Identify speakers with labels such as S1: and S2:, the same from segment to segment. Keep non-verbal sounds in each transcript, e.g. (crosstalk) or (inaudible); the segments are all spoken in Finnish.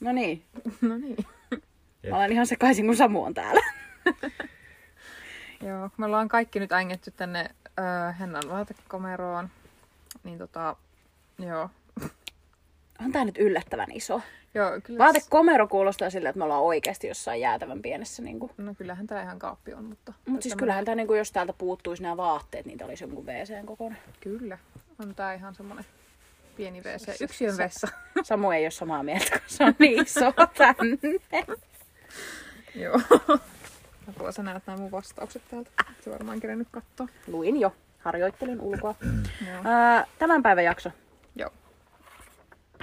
S1: No niin,
S2: No niin.
S1: mä olen ihan sekaisin, kun Samu on täällä.
S2: Joo, kun me ollaan kaikki nyt ängetty tänne öö, Hennan vaatekomeroon, niin tota, joo.
S1: On tää nyt yllättävän iso.
S2: Joo, kyllä
S1: Vaatekomero kuulostaa siltä, että me ollaan oikeasti jossain jäätävän pienessä. Niin kuin.
S2: No kyllähän tää ihan kaappi on, mutta...
S1: Mutta siis kyllähän tämä, niin jos täältä puuttuisi nämä vaatteet, niin tämä olisi jonkun WCn kokoinen.
S2: Kyllä, on tää ihan semmonen pieni WC. Yksiön vessa.
S1: (laughs) Samu ei ole samaa mieltä, kun se on niin iso (laughs) tänne.
S2: (laughs) Joo. Apua, sä näet nämä mun vastaukset täältä. Se varmaan kerennyt katsoa.
S1: Luin jo, harjoittelin ulkoa.
S2: Joo.
S1: Ää, tämän päivän jakso.
S2: Joo.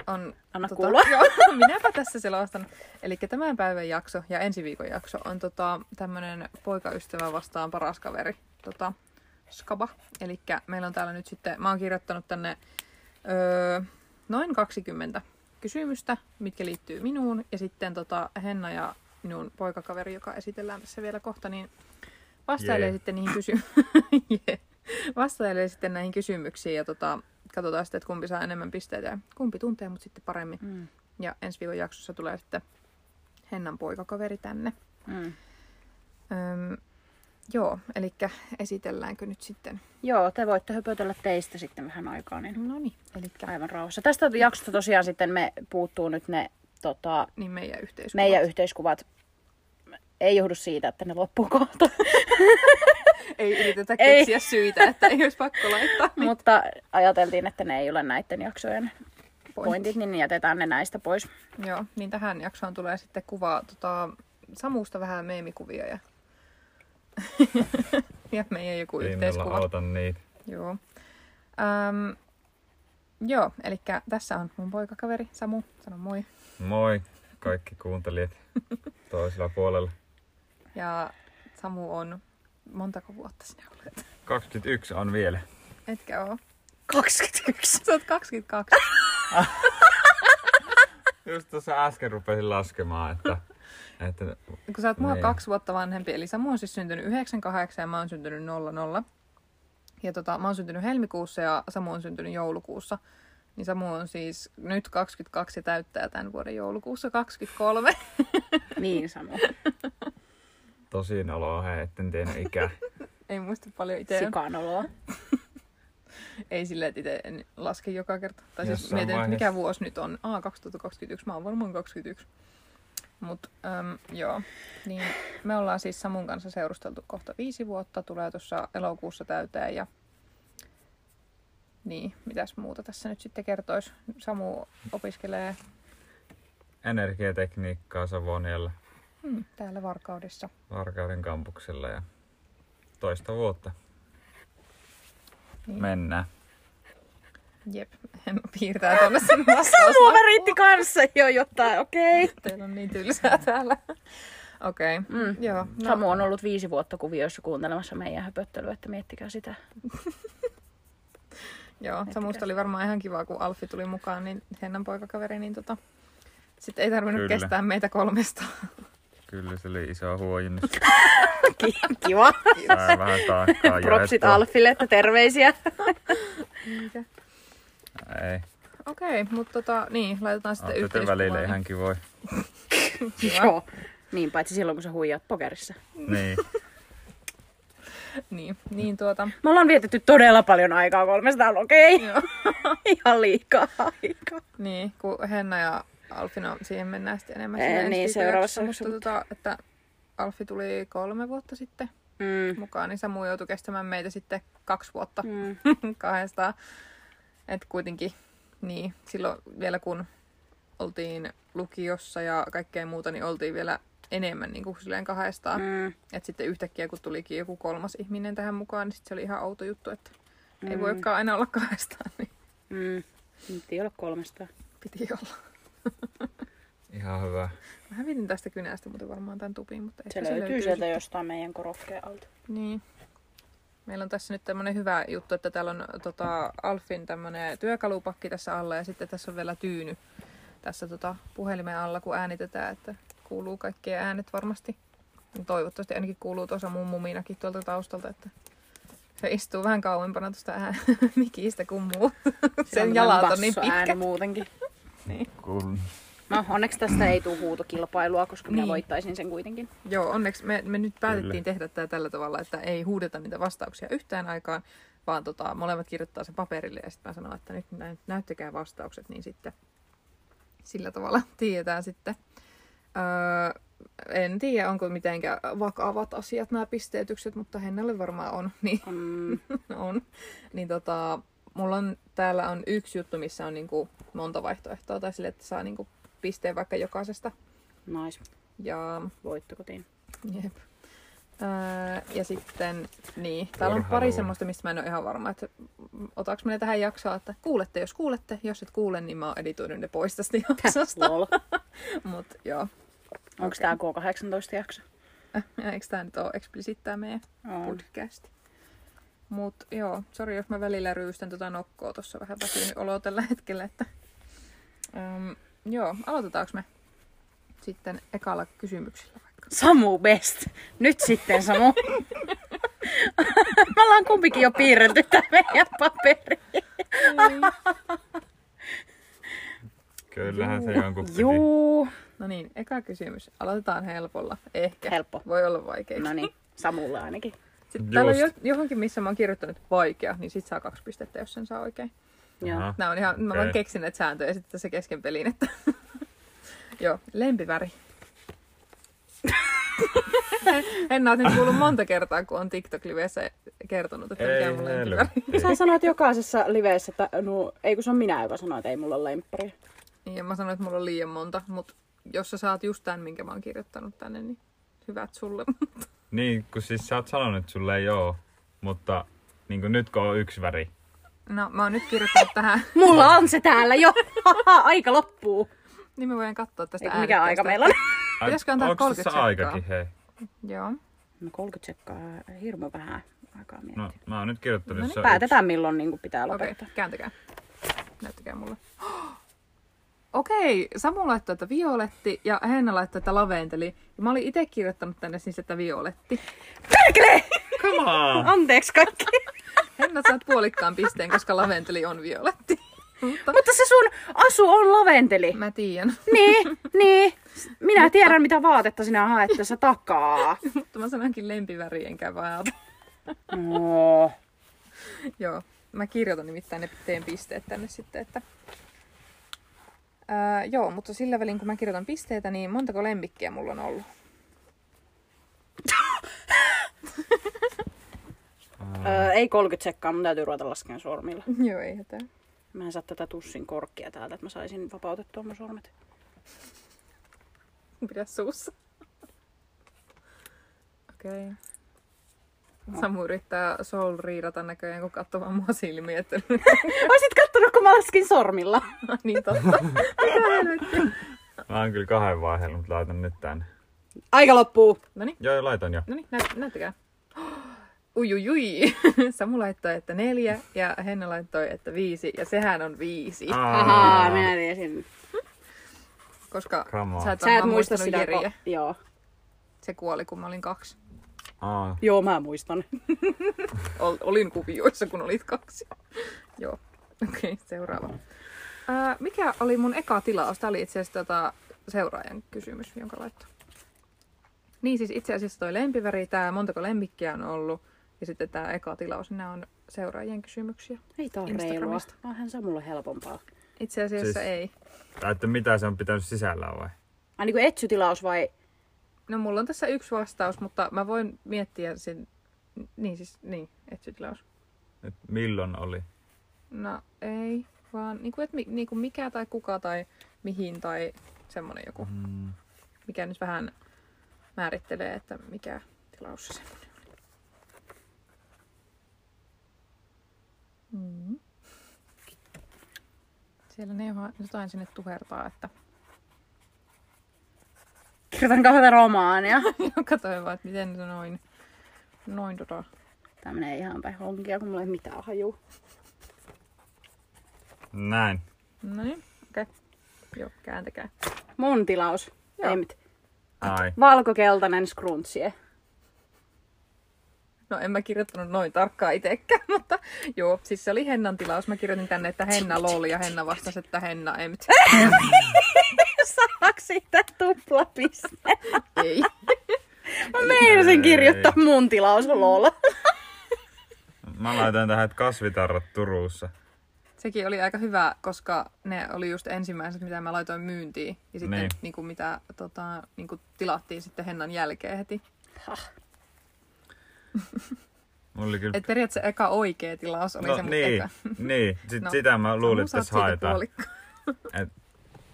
S2: On, tota,
S1: Anna kuulua.
S2: Joo, (laughs) minäpä tässä selostan. Eli tämän päivän jakso ja ensi viikon jakso on tota, tämmönen poikaystävä vastaan paras kaveri. Tota, skaba. Eli meillä on täällä nyt sitten, mä oon kirjoittanut tänne öö, noin 20 kysymystä, mitkä liittyy minuun. Ja sitten tota, Henna ja minun poikakaveri, joka esitellään tässä vielä kohta, niin vastailee
S3: Jee.
S2: sitten niihin (laughs) kysymyksiin. Vastailee sitten näihin kysymyksiin ja tota, katsotaan sitten, että kumpi saa enemmän pisteitä ja kumpi tuntee mut sitten paremmin.
S1: Mm.
S2: Ja ensi viikon jaksossa tulee sitten Hennan poikakaveri tänne.
S1: Mm.
S2: Öm, joo, eli esitelläänkö nyt sitten?
S1: Joo, te voitte höpötellä teistä sitten vähän aikaa, niin
S2: No niin, eli
S1: aivan rauhassa. Tästä jaksosta tosiaan sitten me puuttuu nyt ne tota,
S2: niin meidän yhteiskunta.
S1: meidän yhteiskuvat. Ei johdu siitä, että ne loppuu (laughs) kohta.
S2: Ei yritetä
S1: Ei.
S2: keksiä syitä, että ei olisi pakko laittaa.
S1: Mutta ajateltiin, että ne ei ole näiden jaksojen
S2: Pointti.
S1: pointit, niin jätetään ne näistä pois.
S2: Joo, niin tähän jaksoon tulee sitten kuvaa tota, Samusta vähän meemikuvia ja, (laughs) ja meidän joku
S3: Ei meillä
S2: yhteiskuva.
S3: auta niitä.
S2: Joo. Öm, joo, eli tässä on mun poikakaveri Samu. Sano moi.
S3: Moi kaikki kuuntelijat (laughs) toisella puolella.
S2: Ja Samu on montako vuotta sinä olet?
S3: 21 on vielä.
S2: Etkä oo.
S1: 21.
S2: Sä oot 22.
S3: Just tuossa äsken rupesin laskemaan, että, (laughs) että
S2: Kun sä oot mua
S3: Niin.
S2: kaksi vuotta vanhempi, eli Samu on siis syntynyt 98 ja mä oon syntynyt 00. Ja tota, mä oon syntynyt helmikuussa ja Samu on syntynyt joulukuussa. Niin Samu on siis nyt 22 ja täyttää tämän vuoden joulukuussa 23.
S1: (laughs) Niin Samu.
S3: tosin olo on hei, etten tiennyt ikää.
S2: (laughs) Ei muista paljon itse.
S1: Sikanoloa.
S2: Ei silleen, että itse en laske joka kerta. Tai siis
S3: Jossain
S2: mietin, että
S3: vaiheessa.
S2: mikä vuosi nyt on. Aa, 2021. Mä oon varmaan 21. Mut äm, joo. Niin, me ollaan siis Samun kanssa seurusteltu kohta viisi vuotta. Tulee tuossa elokuussa täyteen ja... Niin, mitäs muuta tässä nyt sitten kertois? Samu opiskelee
S3: Energiatekniikkaa Savonialla
S2: hmm, täällä Varkaudessa.
S3: Varkauden kampuksella ja toista vuotta.
S2: Niin.
S3: Mennään.
S2: Jep, hän piirtää tuonne
S1: (laughs)
S2: sen vastaus.
S1: Mua väritti kanssa jo jotain, okei. Okay.
S2: Teillä on niin tylsää täällä. Okei, okay.
S1: Mm.
S2: joo.
S1: No. Samu on ollut viisi vuotta kuvioissa kuuntelemassa meidän höpöttelyä, että miettikää sitä.
S2: Joo, Samusta oli varmaan ihan kiva, kun Alfi tuli mukaan, niin Hennan poikakaveri, niin tota, sitten ei tarvinnut Kyllä.
S3: Kyllä.
S2: kestää meitä kolmesta.
S3: Kyllä se oli iso huojennus.
S1: Ki- Kiva.
S3: Sai vähän
S2: (laughs)
S3: taakkaa
S1: Propsit
S3: jaettua.
S1: Alfille, että terveisiä.
S3: Ei.
S2: Okei, okay, mutta tota, niin, laitetaan sitten
S3: Olette te
S2: yhteiskuvaa.
S3: välillä
S2: niin-
S3: ihan kivoja.
S1: Joo. Niin, paitsi silloin, kun sä huijaat pokerissa.
S3: Niin.
S2: (laughs) Niin, niin tuota, (laughs)
S1: Me ollaan vietetty todella paljon aikaa kolmestaan, okei? Okay?
S2: joo.
S1: (laughs) Ihan liikaa aikaa.
S2: Niin, kun Henna ja Alfi, no siihen mennään sitten enemmän.
S1: Ei,
S2: siinä ensi
S1: niin,
S2: viikon
S1: seuraavassa
S2: jaksossa, Mutta tota, että Alfi tuli kolme vuotta sitten
S1: Mm.
S2: mukaan, niin Samu joutui kestämään meitä sitten kaksi vuotta.
S1: Mm.
S2: (laughs) kahdestaan. Et kuitenkin, niin silloin vielä kun oltiin lukiossa ja kaikkea muuta, niin oltiin vielä enemmän niin kuin silleen kahdestaan. Mm.
S1: Mm.
S2: Et sitten yhtäkkiä kun tulikin joku kolmas ihminen tähän mukaan, niin sit se oli ihan outo juttu, että mm. ei voikaan aina olla kahdestaan, (laughs) niin
S1: Mm. Nyt ei ole kolmesta.
S2: piti olla.
S3: Ihan hyvä.
S2: Mä hävitin tästä kynästä muuten varmaan tämän tupin, mutta
S1: Se
S2: ehkä
S1: löytyy sieltä
S2: sitten.
S1: jostain meidän korokkeen alta.
S2: Niin. Meillä on tässä nyt tämmönen hyvä juttu, että täällä on tota, Alfin tämmönen työkalupakki tässä alla ja sitten tässä on vielä tyyny tässä tota, puhelimen alla, kun äänitetään, että kuuluu kaikkien äänet varmasti. Toivottavasti ainakin kuuluu tuossa mun muminakin tuolta taustalta, että se istuu vähän kauempana tuosta ää- (laughs) mikistä kuin muu.
S1: Sillä on
S2: (laughs) Sen jalat on
S1: tämmönen
S2: niin
S1: bassoääni
S2: pitkät.
S1: muutenkin.
S3: Kuul-
S1: No onneksi tästä ei tule huutokilpailua, koska minä
S2: Niin.
S1: voittaisin sen kuitenkin.
S2: Joo, onneksi me, me nyt päätettiin tehdä tämä tällä tavalla, että ei huudeta niitä vastauksia yhtään aikaan, vaan tota, molemmat kirjoittaa sen paperille ja sitten mä sanon, että nyt nä- näyttäkää vastaukset, niin sitten sillä tavalla (laughs) tietää sitten. Öö, en tiedä, onko mitenkään vakavat asiat nämä pisteytykset, mutta Hennalle varmaan on. (laughs) Niin
S1: Mm,
S2: on. Niin tota, mulla on, täällä on yksi juttu, missä on niinku monta vaihtoehtoa, tai sille, että saa niinku pisteen vaikka jokaisesta.
S1: nice.
S2: Ja,
S1: Voitto kotiin.
S2: jep. Öö, ja sitten, niin, täällä on
S3: Urheilu.
S2: pari semmoista, mistä mä en ole ihan varma, että otaks mä ne tähän jaksoa, että kuulette, jos kuulette, jos et kuule, niin mä oon editoinut ne pois tästä jaksosta. (laughs)
S1: Lol.
S2: Mut joo, (laughs)
S1: Onko tää K18 jakso?
S2: eikö tää nyt oo eksplisittää meidän
S1: On.
S2: podcast. Mut joo, sori jos mä välillä ryystän tota nokkoa tuossa vähän väsynyt olo tällä hetkellä, että... Um, joo, aloitetaanko me sitten ekalla kysymyksellä vaikka?
S1: Samu best. Nyt sitten Samu. (laughs) Me ollaan kumpikin jo piirretty tää meidän paperi.
S3: Kyllähän se jonkun piti.
S1: Juu.
S2: No niin, eka kysymys. Aloitetaan helpolla. Ehkä.
S1: Helppo.
S2: Voi olla vaikea.
S1: No niin, Samulla ainakin.
S2: Sitten täällä on jo,
S3: Just.
S2: johonkin, missä mä oon kirjoittanut vaikea, niin sit saa kaksi pistettä, jos sen saa oikein.
S1: Joo.
S3: Aha.
S2: Nää on ihan, mä vaan
S3: Okei.
S2: keksin näitä sääntöjä sitten tässä kesken pelin, että... (laughs) Joo, lempiväri. (laughs) en oot nyt kuullut monta kertaa, kun on TikTok-liveissä kertonut, että mikä on mun
S3: Ei
S2: lempiväri.
S1: Sä
S3: helvetti.
S1: sanoit jokaisessa liveessä, että no, ei kun se on minä, joka sanoo, että ei mulla ole lemppari.
S2: Niin, ja mä sanoin, että mulla on liian monta, mutta jos sä saat just tämän, minkä mä oon kirjoittanut tänne, niin hyvät sulle. (laughs)
S3: Niin, kun siis sä oot sanonut, että sulle ei oo, mutta niin kuin nyt kun on yksi väri.
S2: No, mä oon nyt kirjoittanut tähän,
S1: Mulla on se täällä jo. aika loppuu.
S2: niin me voidaan katsoa tästä
S1: Eiku, mikä aika
S2: äänitteestä.
S1: meillä on?
S3: Ai,
S2: Pitäisikö antaa
S3: onks
S2: 30
S3: tässä
S2: sekkaa?
S3: aikakin, hei?
S2: Joo.
S1: No 30 sekkaa, hirmu vähän aikaa miettiä.
S3: No, mä oon nyt kirjoittanut,
S2: No
S3: jos se on yksi.
S1: Päätetään milloin niin pitää
S2: Okei,
S1: lopettaa.
S2: okay, kääntäkää. Näyttäkää mulle. (gasps) Okei, Samu laittoi, että violetti ja Henna laittoi, että laventeli. Ja mä olin itse kirjoittanut tänne siis, että violetti. (laughs)
S1: Perkele!
S3: Come on!
S1: Anteeksi kaikki.
S2: Henna saat puolikkaan pisteen, koska laventeli on violetti. Mutta
S1: Mutta se sun asu on laventeli.
S2: mä tiedän. (laughs)
S1: Niin, niin. Minä tiedän, mitä vaatetta sinä haet tässä takaa.
S2: Mutta mä sanonkin lempiväri enkä vaata.
S1: No.
S2: (laughs) Joo, mä kirjoitan nimittäin ne teen pisteet tänne sitten, että... Öö, joo, mutta sillä välin kun mä kirjoitan pisteitä, niin montako lemmikkiä mulla on ollut? (laughs)
S1: Öö, ei 30 sekkaa, mun täytyy ruveta laskemaan sormilla.
S2: Joo, ei hätää.
S1: Mä en saa tätä tussin korkkia täältä, että mä saisin vapautettua mun sormet.
S2: Pidä suussa. Okei. Okay. Samu yrittää soul riidata näköjään, kun katsoo vaan mua silmiin, että
S1: Oisit kattonut, kun mä laskin sormilla.
S2: niin totta.
S3: Mä oon kyllä kahden vaiheella, mutta laitan nyt tän.
S1: Aika loppuu.
S2: Noniin,
S3: Joo, joo, laitan jo.
S2: noniin, niin, no näyt, näyttäkää. (gasps) Ui, ui, ui. (laughs) Samu laittoi, että neljä ja Henna laittoi, että viisi. Ja sehän on viisi,
S3: Ah,
S1: Ahaa, minä tiesin.
S2: koska
S3: Come on.
S2: sä et,
S1: Sä et
S2: varmaan
S1: muista
S2: muistanut
S1: sitä.
S2: Jeriä.
S1: Ko- joo.
S2: Se kuoli, kun mä olin kaksi.
S3: Aa,
S1: Joo, mä muistan.
S2: Ol, olin kuvioissa, kun olit kaksi. Joo. Okei, okay, seuraava. Ää, mikä oli mun eka tilaus? Tämä oli itse asiassa tota seuraajan kysymys, jonka laittoi. Niin siis itse asiassa toi lempiväri, tämä montako lemmikkiä on ollut, ja sitten tämä eka tilaus, niin nämä on seuraajien kysymyksiä.
S1: Ei tää on reilua.
S2: Instagramista.
S1: Onhan se mulle helpompaa.
S2: Itse asiassa siis...
S3: Siis-
S2: ei.
S3: Tai että mitä se on pitänyt sisällään vai?
S1: Ai niinku etsytilaus vai?
S2: No mulla on tässä yksi vastaus, mutta mä voin miettiä sen, niin siis, niin, etsytilaus.
S3: Et milloin oli?
S2: No ei, vaan niin kuin, että mi, niin kuin mikä tai kuka tai mihin tai semmonen joku.
S3: Mm.
S2: mikä nyt vähän määrittelee, että mikä tilaus se semmoinen oli. Mm. Siellä ne joha- jotain sinne tuhertaa, että (laughs)
S1: Kirjoitan kahta (laughs) romaania.
S2: katsoin vaan, että miten se noin, noin tota.
S1: Tää menee ihan päin honkia, kun mulla ei mitään hajuu.
S3: Näin.
S2: No niin, okei. Okay. Joo, kääntäkää.
S1: Mun tilaus.
S2: Joo.
S1: Ei mit.
S3: Ai.
S1: Valkokeltainen scrunchie. (laughs)
S2: No en mä kirjoittanut noin tarkkaan itsekään, (laughs) mutta joo, siis se oli Hennan tilaus. Mä kirjoitin tänne, että Henna lol ja Henna vastasi, että Henna emt.
S1: Saako siitä tuplapiste?
S2: Ei.
S1: Mä meinasin
S3: Ei.
S1: kirjoittaa mun tilaus, (laughs) lol.
S3: Mä laitan tähän, että kasvitarrat Turussa.
S2: Sekin oli aika hyvä, koska ne oli just ensimmäiset, mitä mä laitoin myyntiin. Ja sitten niin.
S3: Niin.
S2: Niin kuin mitä tota, niin kuin tilattiin sitten Hennan jälkeen heti.
S3: Mulla oli kyllä...
S2: Et periaatteessa eka oikea tilaus oli
S3: no
S2: se mun
S3: niin,
S2: eka.
S3: niin. Sit,
S2: No,
S3: no, sitä mä luulin,
S2: Samu,
S3: että
S2: sä oot
S3: tässä
S2: siitä
S3: haetaan.
S2: puolikko.
S3: Et,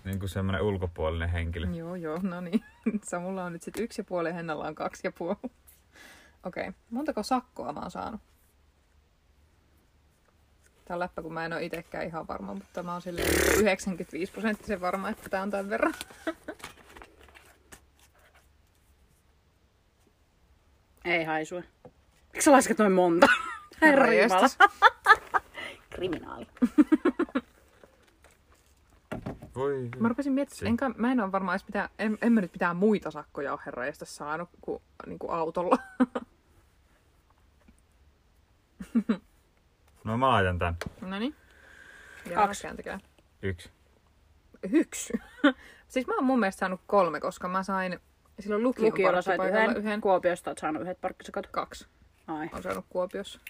S3: niin kuin semmoinen ulkopuolinen henkilö.
S2: Joo, joo, no niin. (laughs) Samulla on nyt sitten yksi ja puoli ja Hennalla on kaksi ja puoli. Okei, okay. montako sakkoa mä oon saanut? Tää on läppä, kun mä en ole itsekään ihan varma, mutta mä oon silleen niinku 95 prosenttisen varma, että tää on tämän verran.
S1: Ei haisua. Miksi sä lasket noin monta? (laughs) Herra Jumala.
S2: Järjestys.
S1: Kriminaali.
S3: Voi.
S2: Mä rupesin
S3: Si-
S2: miettimään, enkä, mä en ole varmaan edes mitään, en, en mä nyt mitään muita sakkoja ole herraista saanut kuin, niin kuin autolla.
S3: No mä laitan tän.
S2: Noniin. Ja
S1: niin. Kaksi.
S2: mäkään tekee.
S3: Yksi.
S2: Yksi. (laughs) siis mä oon mun mielestä saanut kolme, koska mä sain silloin lukion
S1: Lukiolla sait
S2: parkkipaikalla
S1: yhden, yhden. Kuopiosta oot saanut yhdet parkkisakot.
S2: Kaksi.
S1: Ai.
S2: on saanut Kuopiossa.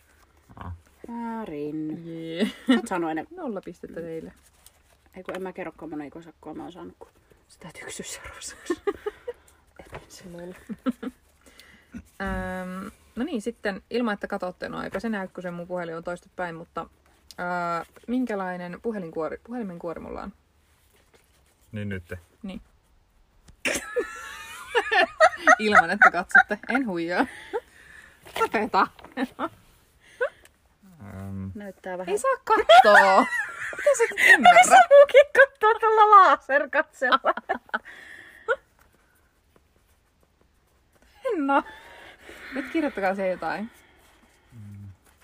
S1: Väärin.
S2: Jee.
S1: Sä oot saanut enemmän.
S2: Nolla pistettä teille.
S1: Ei kun en mä kerrokaan monen ikon sakkoa mä oon saanut, kun sitä täytyy kysyä seuraavassa.
S2: Öm, no niin, sitten ilman, että katsotte, no eipä se näy, kun se mun puhelin on toista päin, mutta öö, minkälainen puhelinkuori, puhelimen kuori mulla on?
S3: Niin nyt.
S2: Niin. (laughs) ilman, että katsotte. En huijaa. Tapeta.
S3: Ähm,
S1: Näyttää vähän.
S2: Ei saa kattoo. Miten sä et ymmärrä?
S1: Mukin kattoo tällä laserkatsella.
S2: No. Nyt kirjoittakaa se jotain.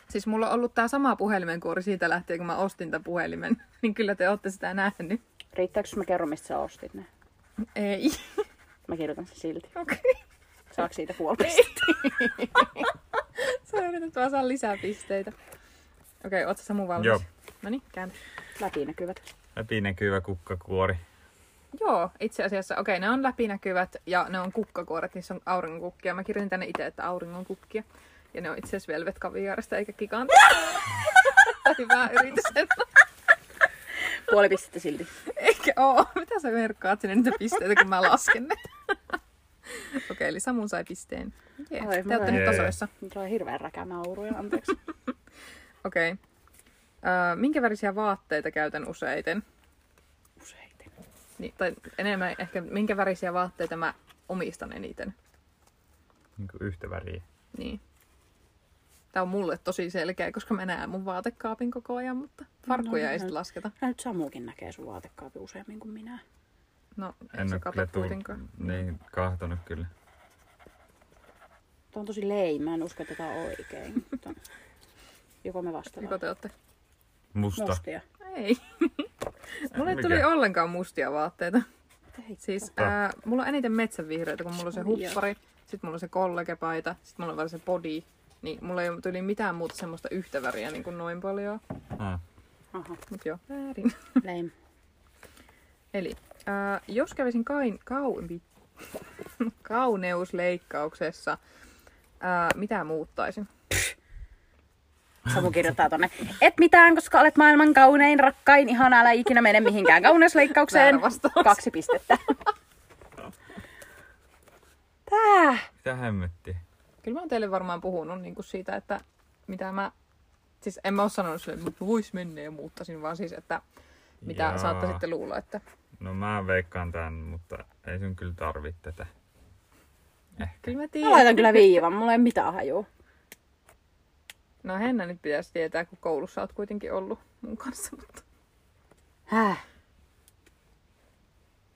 S2: Siis mulla on ollut tää sama puhelimenkuori siitä lähtien, kun mä ostin tämän puhelimen. (laughs) Niin kyllä te ootte sitä nähnyt.
S1: Riittääkö, jos mä kerron, mistä sä ostit ne?
S2: Ei.
S1: Mä kirjoitan sen silti.
S2: (laughs) Okei.
S1: Saako (laughs) siitä puoli pistettä?
S2: Sä yrität vaan saa lisää pisteitä. Okei, oot sä Samu valmis? No niin,
S3: Joo.
S2: Noniin, kääntä.
S1: Niin. Läpinäkyvät.
S3: Läpinäkyvä kukkakuori.
S2: Joo, itse asiassa. Okei, ne on läpinäkyvät ja ne on kukkakuoret, niissä on auringonkukkia. Mä kirjoitin tänne itse, että auringonkukkia. Ja ne on itse asiassa velvet kaviaarista eikä (laughs) kikan. Hyvä yritys.
S1: Puoli pistettä silti.
S2: Eikä oo. Mitä sä merkkaat sinne niitä pisteitä, kun mä lasken ne? (laughs) Okei, eli Samu sai pisteen.
S1: Ai,
S2: Jee, te
S1: mä
S2: ootte
S1: en-
S2: nyt
S3: Jee.
S2: tasoissa.
S1: Nyt tulee hirveän räkämä auruja, anteeksi.
S2: Okei. Öö, minkä värisiä vaatteita käytän useiten?
S1: Useiten.
S2: Niin, tai enemmän ehkä, minkä värisiä vaatteita mä omistan eniten.
S3: Niin kuin yhtä väriä.
S2: Niin. Tämä on mulle tosi selkeä, koska mä näen mun vaatekaapin koko ajan, mutta farkkuja
S1: no,
S2: ei
S1: no.
S2: sit lasketa.
S1: No nyt Samukin näkee sun vaatekaapin useammin kuin minä.
S2: No, ei
S3: En
S2: se
S3: ole
S2: kato
S3: kyllä
S2: kuitenkaan.
S3: tullut, niin, kahtonut kyllä.
S1: Tämä on tosi leima, mä en usko, että tämä on oikein. Mutta joko me
S2: Joko
S1: vastataan?
S2: te ootte?
S3: Musta.
S1: Mustia.
S3: (laughs)
S2: Ei. Mulle ei
S3: Mikä?
S2: tuli ollenkaan mustia vaatteita.
S1: Ei.
S2: Siis
S3: Joo.
S2: ää, mulla on eniten metsänvihreitä, kun mulla on se
S1: Oi joo.
S2: huppari, sit mulla on se kollegepaita, sit mulla on vielä se body. Niin mulla ei ole tuli mitään muuta semmoista yhtä väriä niin kuin noin paljon.
S3: Ah.
S1: Aha,
S2: Mut joo, väärin.
S1: leim.
S2: Eli äh, jos kävisin kain, kau, vi- (laughs) kauneusleikkauksessa, äh, mitä muuttaisin?
S1: Samu kirjoittaa tonne, et mitään, koska olet maailman kaunein, rakkain, ihan älä ikinä mene mihinkään kauneusleikkaukseen.
S2: Väärä vastaus.
S1: Kaksi
S2: (laughs)
S1: pistettä. Tää.
S3: Mitä hemmetti?
S2: Kyllä mä oon teille varmaan puhunut niin kuin siitä, että mitä mä... Siis en mä oo sanonut sille, että vois mennä ja muuttaisin, vaan siis, että mitä
S3: Jaa.
S2: saattaisitte luulla, että...
S3: No mä veikkaan tän, mutta ei sun kyllä tarvi tätä. Ehkä.
S2: Kyllä mä
S1: Mä
S2: tiedän.
S1: laitan kyllä viivan, mulla ei mitään hajua.
S2: No Henna nyt pitäisi tietää, kun koulussa oot kuitenkin ollut mun kanssa, mutta...
S1: Häh.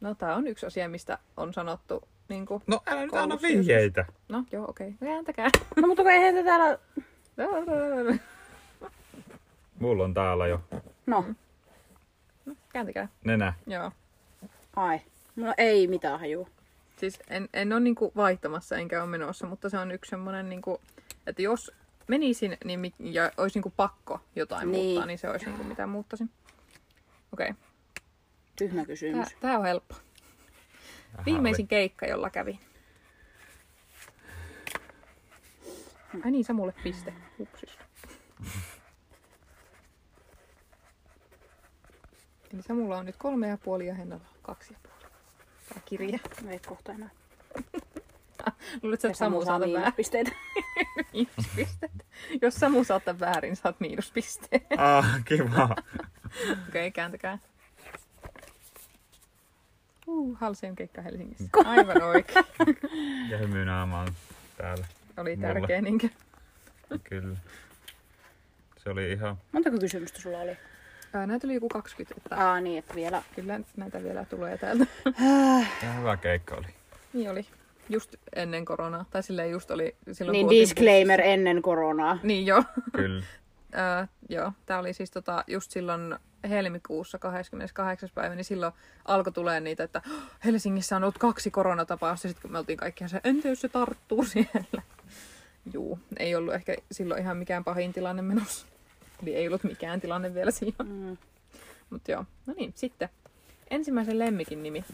S2: No tää on yksi asia, mistä on sanottu niin kuin...
S3: No älä nyt anna
S2: Koulussa
S3: vihjeitä.
S2: No joo, okei. Okay. Kääntäkää.
S1: No mutta kun eihän tätä täällä...
S3: Mulla on täällä jo
S1: No,
S2: Kääntäkää.
S3: nenä.
S2: Joo.
S1: ai. Mulla ei mitään hajua.
S2: Siis en, en ole niinku vaihtamassa enkä ole menossa, mutta se on yksi semmoinen, niinku, että jos menisin niin mi- ja olisi niinku pakko
S1: Niin.
S2: jotain niin. muuttaa, niin se olisi niinku, mitä muuttaisin. Okei,
S1: Tyhmä
S2: okay.
S1: kysymys.
S2: tämä on helppo. Viimeisin keikka, jolla kävin. Ai niin, Samulle piste. Hupsis. Eli Samulla on nyt kolme ja puoli ja Hennalla on kaksi ja puoli. Tää kirja.
S1: No et kohta enää.
S2: Luuletko, että Samu saa
S1: niin.
S2: tämän väärin? (laughs)
S1: pisteitä.
S2: Miinuspisteet. Jos Samu saa tämän väärin, saat miinuspisteen.
S3: Ah, kiva.
S2: (laughs) Okei, okay, kääntäkää. Uh, Halseen keikka Helsingissä. Aivan oikein.
S3: Ja hymynaama on täällä.
S2: Oli
S3: Mulla.
S2: tärkeä niinkö?
S3: Kyllä. Se oli ihan...
S1: Montako kysymystä sulla oli?
S2: Ää, Näitä oli joku 20, että
S1: Aa niin, että vielä.
S2: kyllä näitä vielä tulee täältä. (laughs)
S3: ihan hyvä keikka oli.
S2: Niin oli. Just ennen koronaa. Tai silleen just oli silloin,
S1: Niin
S2: kun oltiin
S1: disclaimer ennen koronaa.
S2: bussissa. Niin joo.
S3: Kyllä.
S2: Öö, joo, tämä oli siis tota, just silloin helmikuussa 28. päivä, niin silloin alkoi tulee niitä, että "Hö, Helsingissä on ollut kaksi koronatapausta, sitten kun me oltiin kaikki ihan se, entä jos se tarttuu (laughs) siellä? Juu, ei ollut ehkä silloin ihan mikään pahin tilanne menossa. Eli ei ollut mikään tilanne vielä siinä.
S1: Mm.
S2: Mutta joo, no niin, sitten. Ensimmäisen lemmikin nimi.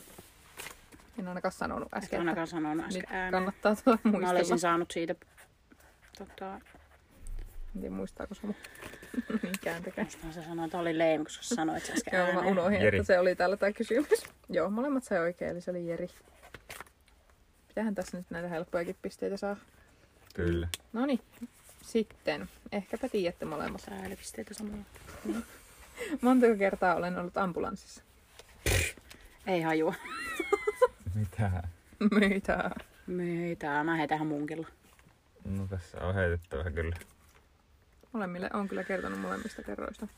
S2: En ainakaan sanonut
S1: Et
S2: äsken. että
S1: ainakaan sanonut
S2: Nyt
S1: äsken ääneen.
S2: kannattaa tulla
S1: Mä olisin
S2: muistella.
S1: saanut siitä tota,
S2: En tiedä, muistaako Samu. (laughs) niin kääntäkää.
S1: Muistan sä sanoit, että oli leim, koska sä sanoit sen äsken
S2: Joo, mä
S1: ääneen.
S2: unohdin,
S3: Jeri.
S2: että se oli täällä tämä kysymys. (laughs) Joo, molemmat sai oikein, eli se oli Jeri. Pitähän tässä nyt näitä helppojakin pisteitä saa.
S3: Kyllä.
S2: No niin, sitten. Ehkäpä tiedätte molemmat.
S1: Sä äänipisteitä samoja.
S2: Montako kertaa olen ollut ambulanssissa? (laughs)
S1: Ei hajua.
S3: Mitä?
S2: Mitä?
S1: Mitä? Mä heitän munkilla.
S3: No tässä on heitettävä kyllä.
S2: Molemmille on kyllä kertonut molemmista kerroista.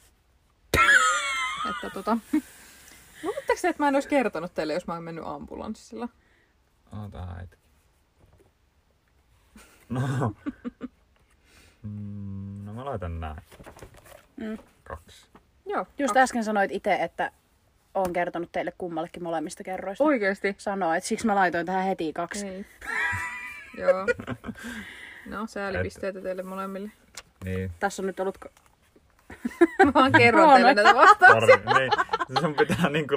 S2: että tota... (laughs) Luuletteko te, että mä en olisi kertonut teille, jos mä oon mennyt ambulanssilla?
S3: Oota hetki. No. Mm, no mä laitan näin.
S1: Mm.
S3: Kaksi.
S2: Joo.
S1: Just äsken sanoit itse, että oon kertonut teille kummallekin molemmista kerroista.
S2: Oikeesti?
S1: Sanoit, siksi mä laitoin tähän heti kaksi.
S2: Ei. Joo. No, säälipisteitä teille molemmille.
S3: Niin.
S1: Tässä on nyt ollut... ko-
S2: (laughs) Mä vaan kerron
S1: Huono.
S2: teille näitä vastauksia.
S3: Tarvi, niin. Sun pitää niinku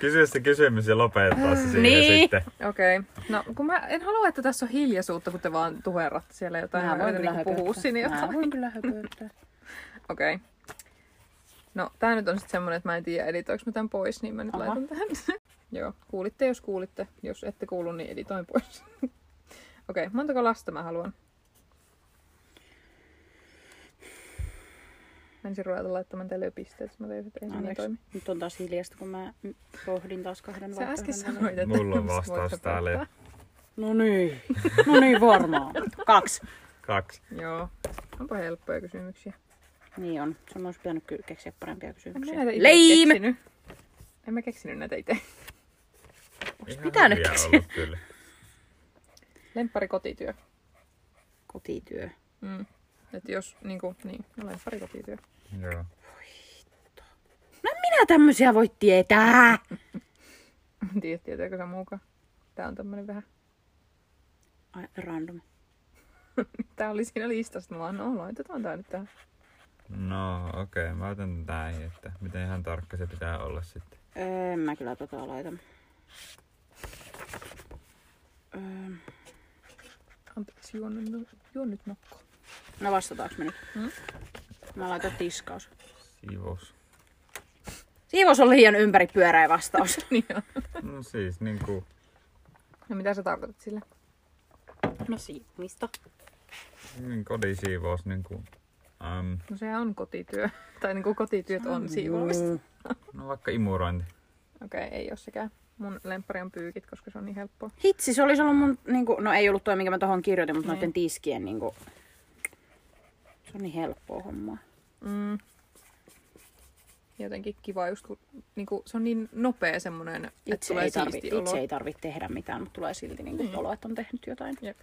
S3: kysyä se kysymys ja lopettaa se siihen
S1: Niin.
S3: sitten.
S2: Okei. Okay. No, kun mä en halua, että tässä on hiljaisuutta, kun te vaan tuherratte siellä jotain.
S1: Mä
S2: Mä
S1: voin
S2: yritän
S1: kyllä
S2: niinku puhua
S1: höpöttää.
S2: sinne
S1: Mä
S2: jotain.
S1: voin kyllä (laughs) höpöttää.
S2: Okei. Okay. No, tää nyt on sitten semmonen, että mä en tiedä, editoinko mä tämän pois, niin mä nyt
S1: Aha.
S2: laitan tähän. (laughs) Joo, kuulitte, jos kuulitte. Jos ette kuulu, niin editoin pois. (laughs) Okei, okay. montako lasta mä haluan? Mä ensin ruveta laittamaan teille jo pisteet, jos mä tein, että ei se niin
S1: Anteeksi.
S2: toimi.
S1: Nyt on taas hiljasta, kun mä pohdin taas kahden
S2: Sä äsken
S1: vaihtoehdon välillä.
S2: sanoit, että...
S3: Mulla on
S2: sä (laughs) voit
S3: vastaus
S2: sopeuttaa.
S3: täällä. jo.
S1: No niin. No niin, (laughs) varmaan. Kaksi.
S3: Kaksi.
S2: Joo, onpa helppoja kysymyksiä.
S1: Niin on. Sun olisi pitänyt ky- keksiä parempia
S2: En mä
S1: kysymyksiä.
S2: näitä itse
S1: Leim!
S2: keksinyt. En mä keksinyt näitä itse.
S3: Ihan
S1: pitänyt
S3: hyviä
S1: keksiä.
S3: ollut kyllä.
S2: Lemppari kotityö.
S1: Kotityö.
S2: Mm. Et jos, niinku, niin, no lemppari kotityö.
S3: Joo.
S1: Minä tämmöisiä voi tietää.
S2: En tiedä, tietääkö sä muukaan. Tää on tämmönen vähän.
S1: Ai, random.
S2: Tää oli siinä listassa, mä vaan, no laitetaan tää nyt tähän.
S3: No okei, okay. mä otan näin, että miten ihan tarkka se pitää olla sitten.
S1: En mä kyllä tota laita. Öö,
S2: Anteeksi, juon, nyt- juon nyt nokko.
S1: No vastataanko me nyt?
S2: Mm.
S1: Mä laitan tiskaus.
S3: Siivous.
S1: Siivous on liian ympäri pyöreä vastaus.
S2: (laughs) niin on.
S3: No siis niinku
S2: No mitä sä tarkoitat sillä?
S1: No siivomista.
S3: niin kodisiivous niinku. Um,
S2: No sehän on kotityö. tai niinku kotityöt on siivoamista.
S1: Mm.
S3: no vaikka imurointi.
S2: Okei, ei oo sekään. Mun lemppari on pyykit, koska se on niin helppoa.
S1: Hitsi, se olisi ollut mun, niin kuin, no ei ollut toi, minkä mä tohon kirjoitin, mutta
S2: Niin.
S1: noiden tiskien niin kuin, se on niin helppoa hommaa.
S2: Mm. Jotenkin kiva just, kun niinku, se on niin nopea semmoinen, että
S1: Itse,
S2: tulee
S1: ei, tarvi,
S2: siisti olo.
S1: itse ei tarvi tehdä mitään, mutta tulee silti niin kuin, olo, että on tehnyt jotain.
S2: Jep.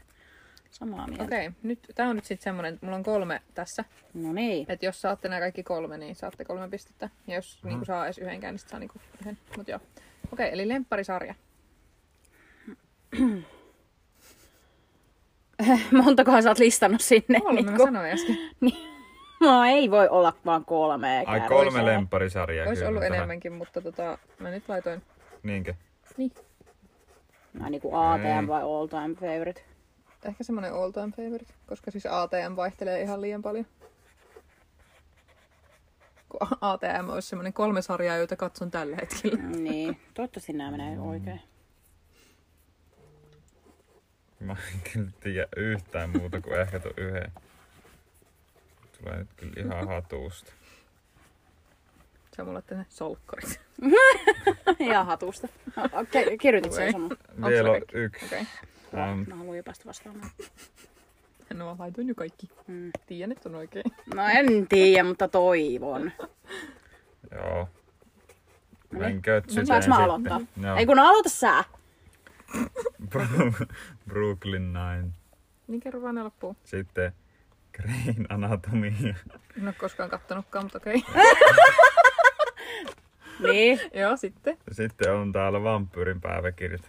S1: Samaa mieltä.
S2: Okei, nyt tää on nyt sitten semmoinen, että mulla on kolme tässä.
S1: No niin.
S2: Että jos saatte nämä kaikki kolme, niin saatte kolme pistettä. Ja jos mm. niinku, saa edes yhdenkään, niin sit saa niinku yhden. Mut joo. Okei, eli lempparisarja.
S1: (laughs) Montakohan sä oot listannut sinne?
S2: Kolme
S1: niin
S2: mä
S1: kuin-
S2: sanoin äsken.
S1: No ei voi olla vaan kolme.
S3: Ai kolme lempparisarjaa
S2: Olisi
S3: kyllä
S2: ollut
S3: tähän.
S2: enemmänkin, mutta tota, mä nyt laitoin.
S3: Niinkö?
S2: Niin.
S1: No, niin kuin ATM
S3: Mm.
S1: vai all time favorite.
S2: Ehkä semmonen all time favorite, koska siis ATM vaihtelee ihan liian paljon. Kun A- ATM olisi semmonen kolme sarjaa, joita katson tällä hetkellä.
S1: Niin, toivottavasti nämä
S3: Mm.
S1: menee
S2: (laughs)
S1: oikein.
S3: Mä en kyllä tiedä yhtään muuta kuin ehkä tuon yhden. Tulee nyt kyllä ihan hatuusta.
S2: Se on mulle tänne solkkarit.
S1: ja hatusta. Okei, No, kirjoitit sen
S2: Voi.
S1: saman.
S2: Onks
S3: Vielä on
S2: Rebekki?
S3: yksi.
S2: Okei.
S3: Ähm,
S1: Mä haluan jo päästä vastaamaan.
S2: No mä laitoin jo kaikki.
S1: Mm.
S2: Tiedän, että on oikein.
S1: No en tiedä, mutta toivon.
S3: joo.
S1: No
S3: Menkö kötsyteen
S1: saanko mä
S3: sitten.
S1: aloittaa?
S3: Joo.
S1: Ei kun no, aloita sä.
S3: Bru- Brooklyn Nine.
S2: Niin kerro vaan ne loppuun.
S3: Sitten Green Anatomy.
S2: En ole koskaan kattonutkaan, mutta okei.
S1: Niin.
S2: joo, sitten.
S3: Sitten on täällä Vampyyrin päiväkirjat.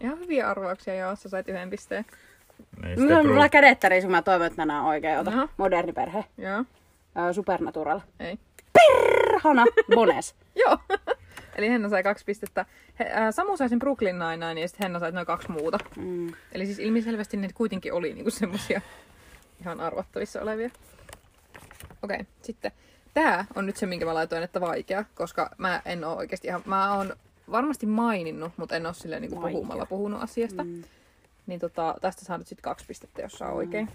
S2: Ihan hyviä arvauksia, joo. Sä sait yhden pisteen.
S3: Niin
S1: Mulla
S3: sitten
S1: on mulla
S3: Bru-
S1: kädet tärisee, kun mä toivon, että nämä on oikein. Ota.
S2: Aha.
S1: Moderni perhe. Äh,
S2: Joo,
S1: Ö, Supernatural.
S2: ei.
S1: Rahana. Bones.
S2: Joo. (laughs) Eli Henna sai kaksi pistettä. He, äh, Samu sai sen Brooklyn Nine-Nine ja sitten Henna sai noin kaksi muuta.
S1: Mm.
S2: Eli siis ilmiselvästi ne kuitenkin oli niinku semmosia ihan arvattavissa olevia. Okei, okay, sitten. Tää on nyt se, minkä mä laitoin, että vaikea, koska mä en oo oikeasti ihan... Mä oon varmasti maininnut, mutta en oo silleen niinku
S1: Vaikea.
S2: puhumalla puhunut asiasta.
S1: Mm.
S2: Mm. Niin tota, tästä saa nyt sit kaksi pistettä, jos saa oikein.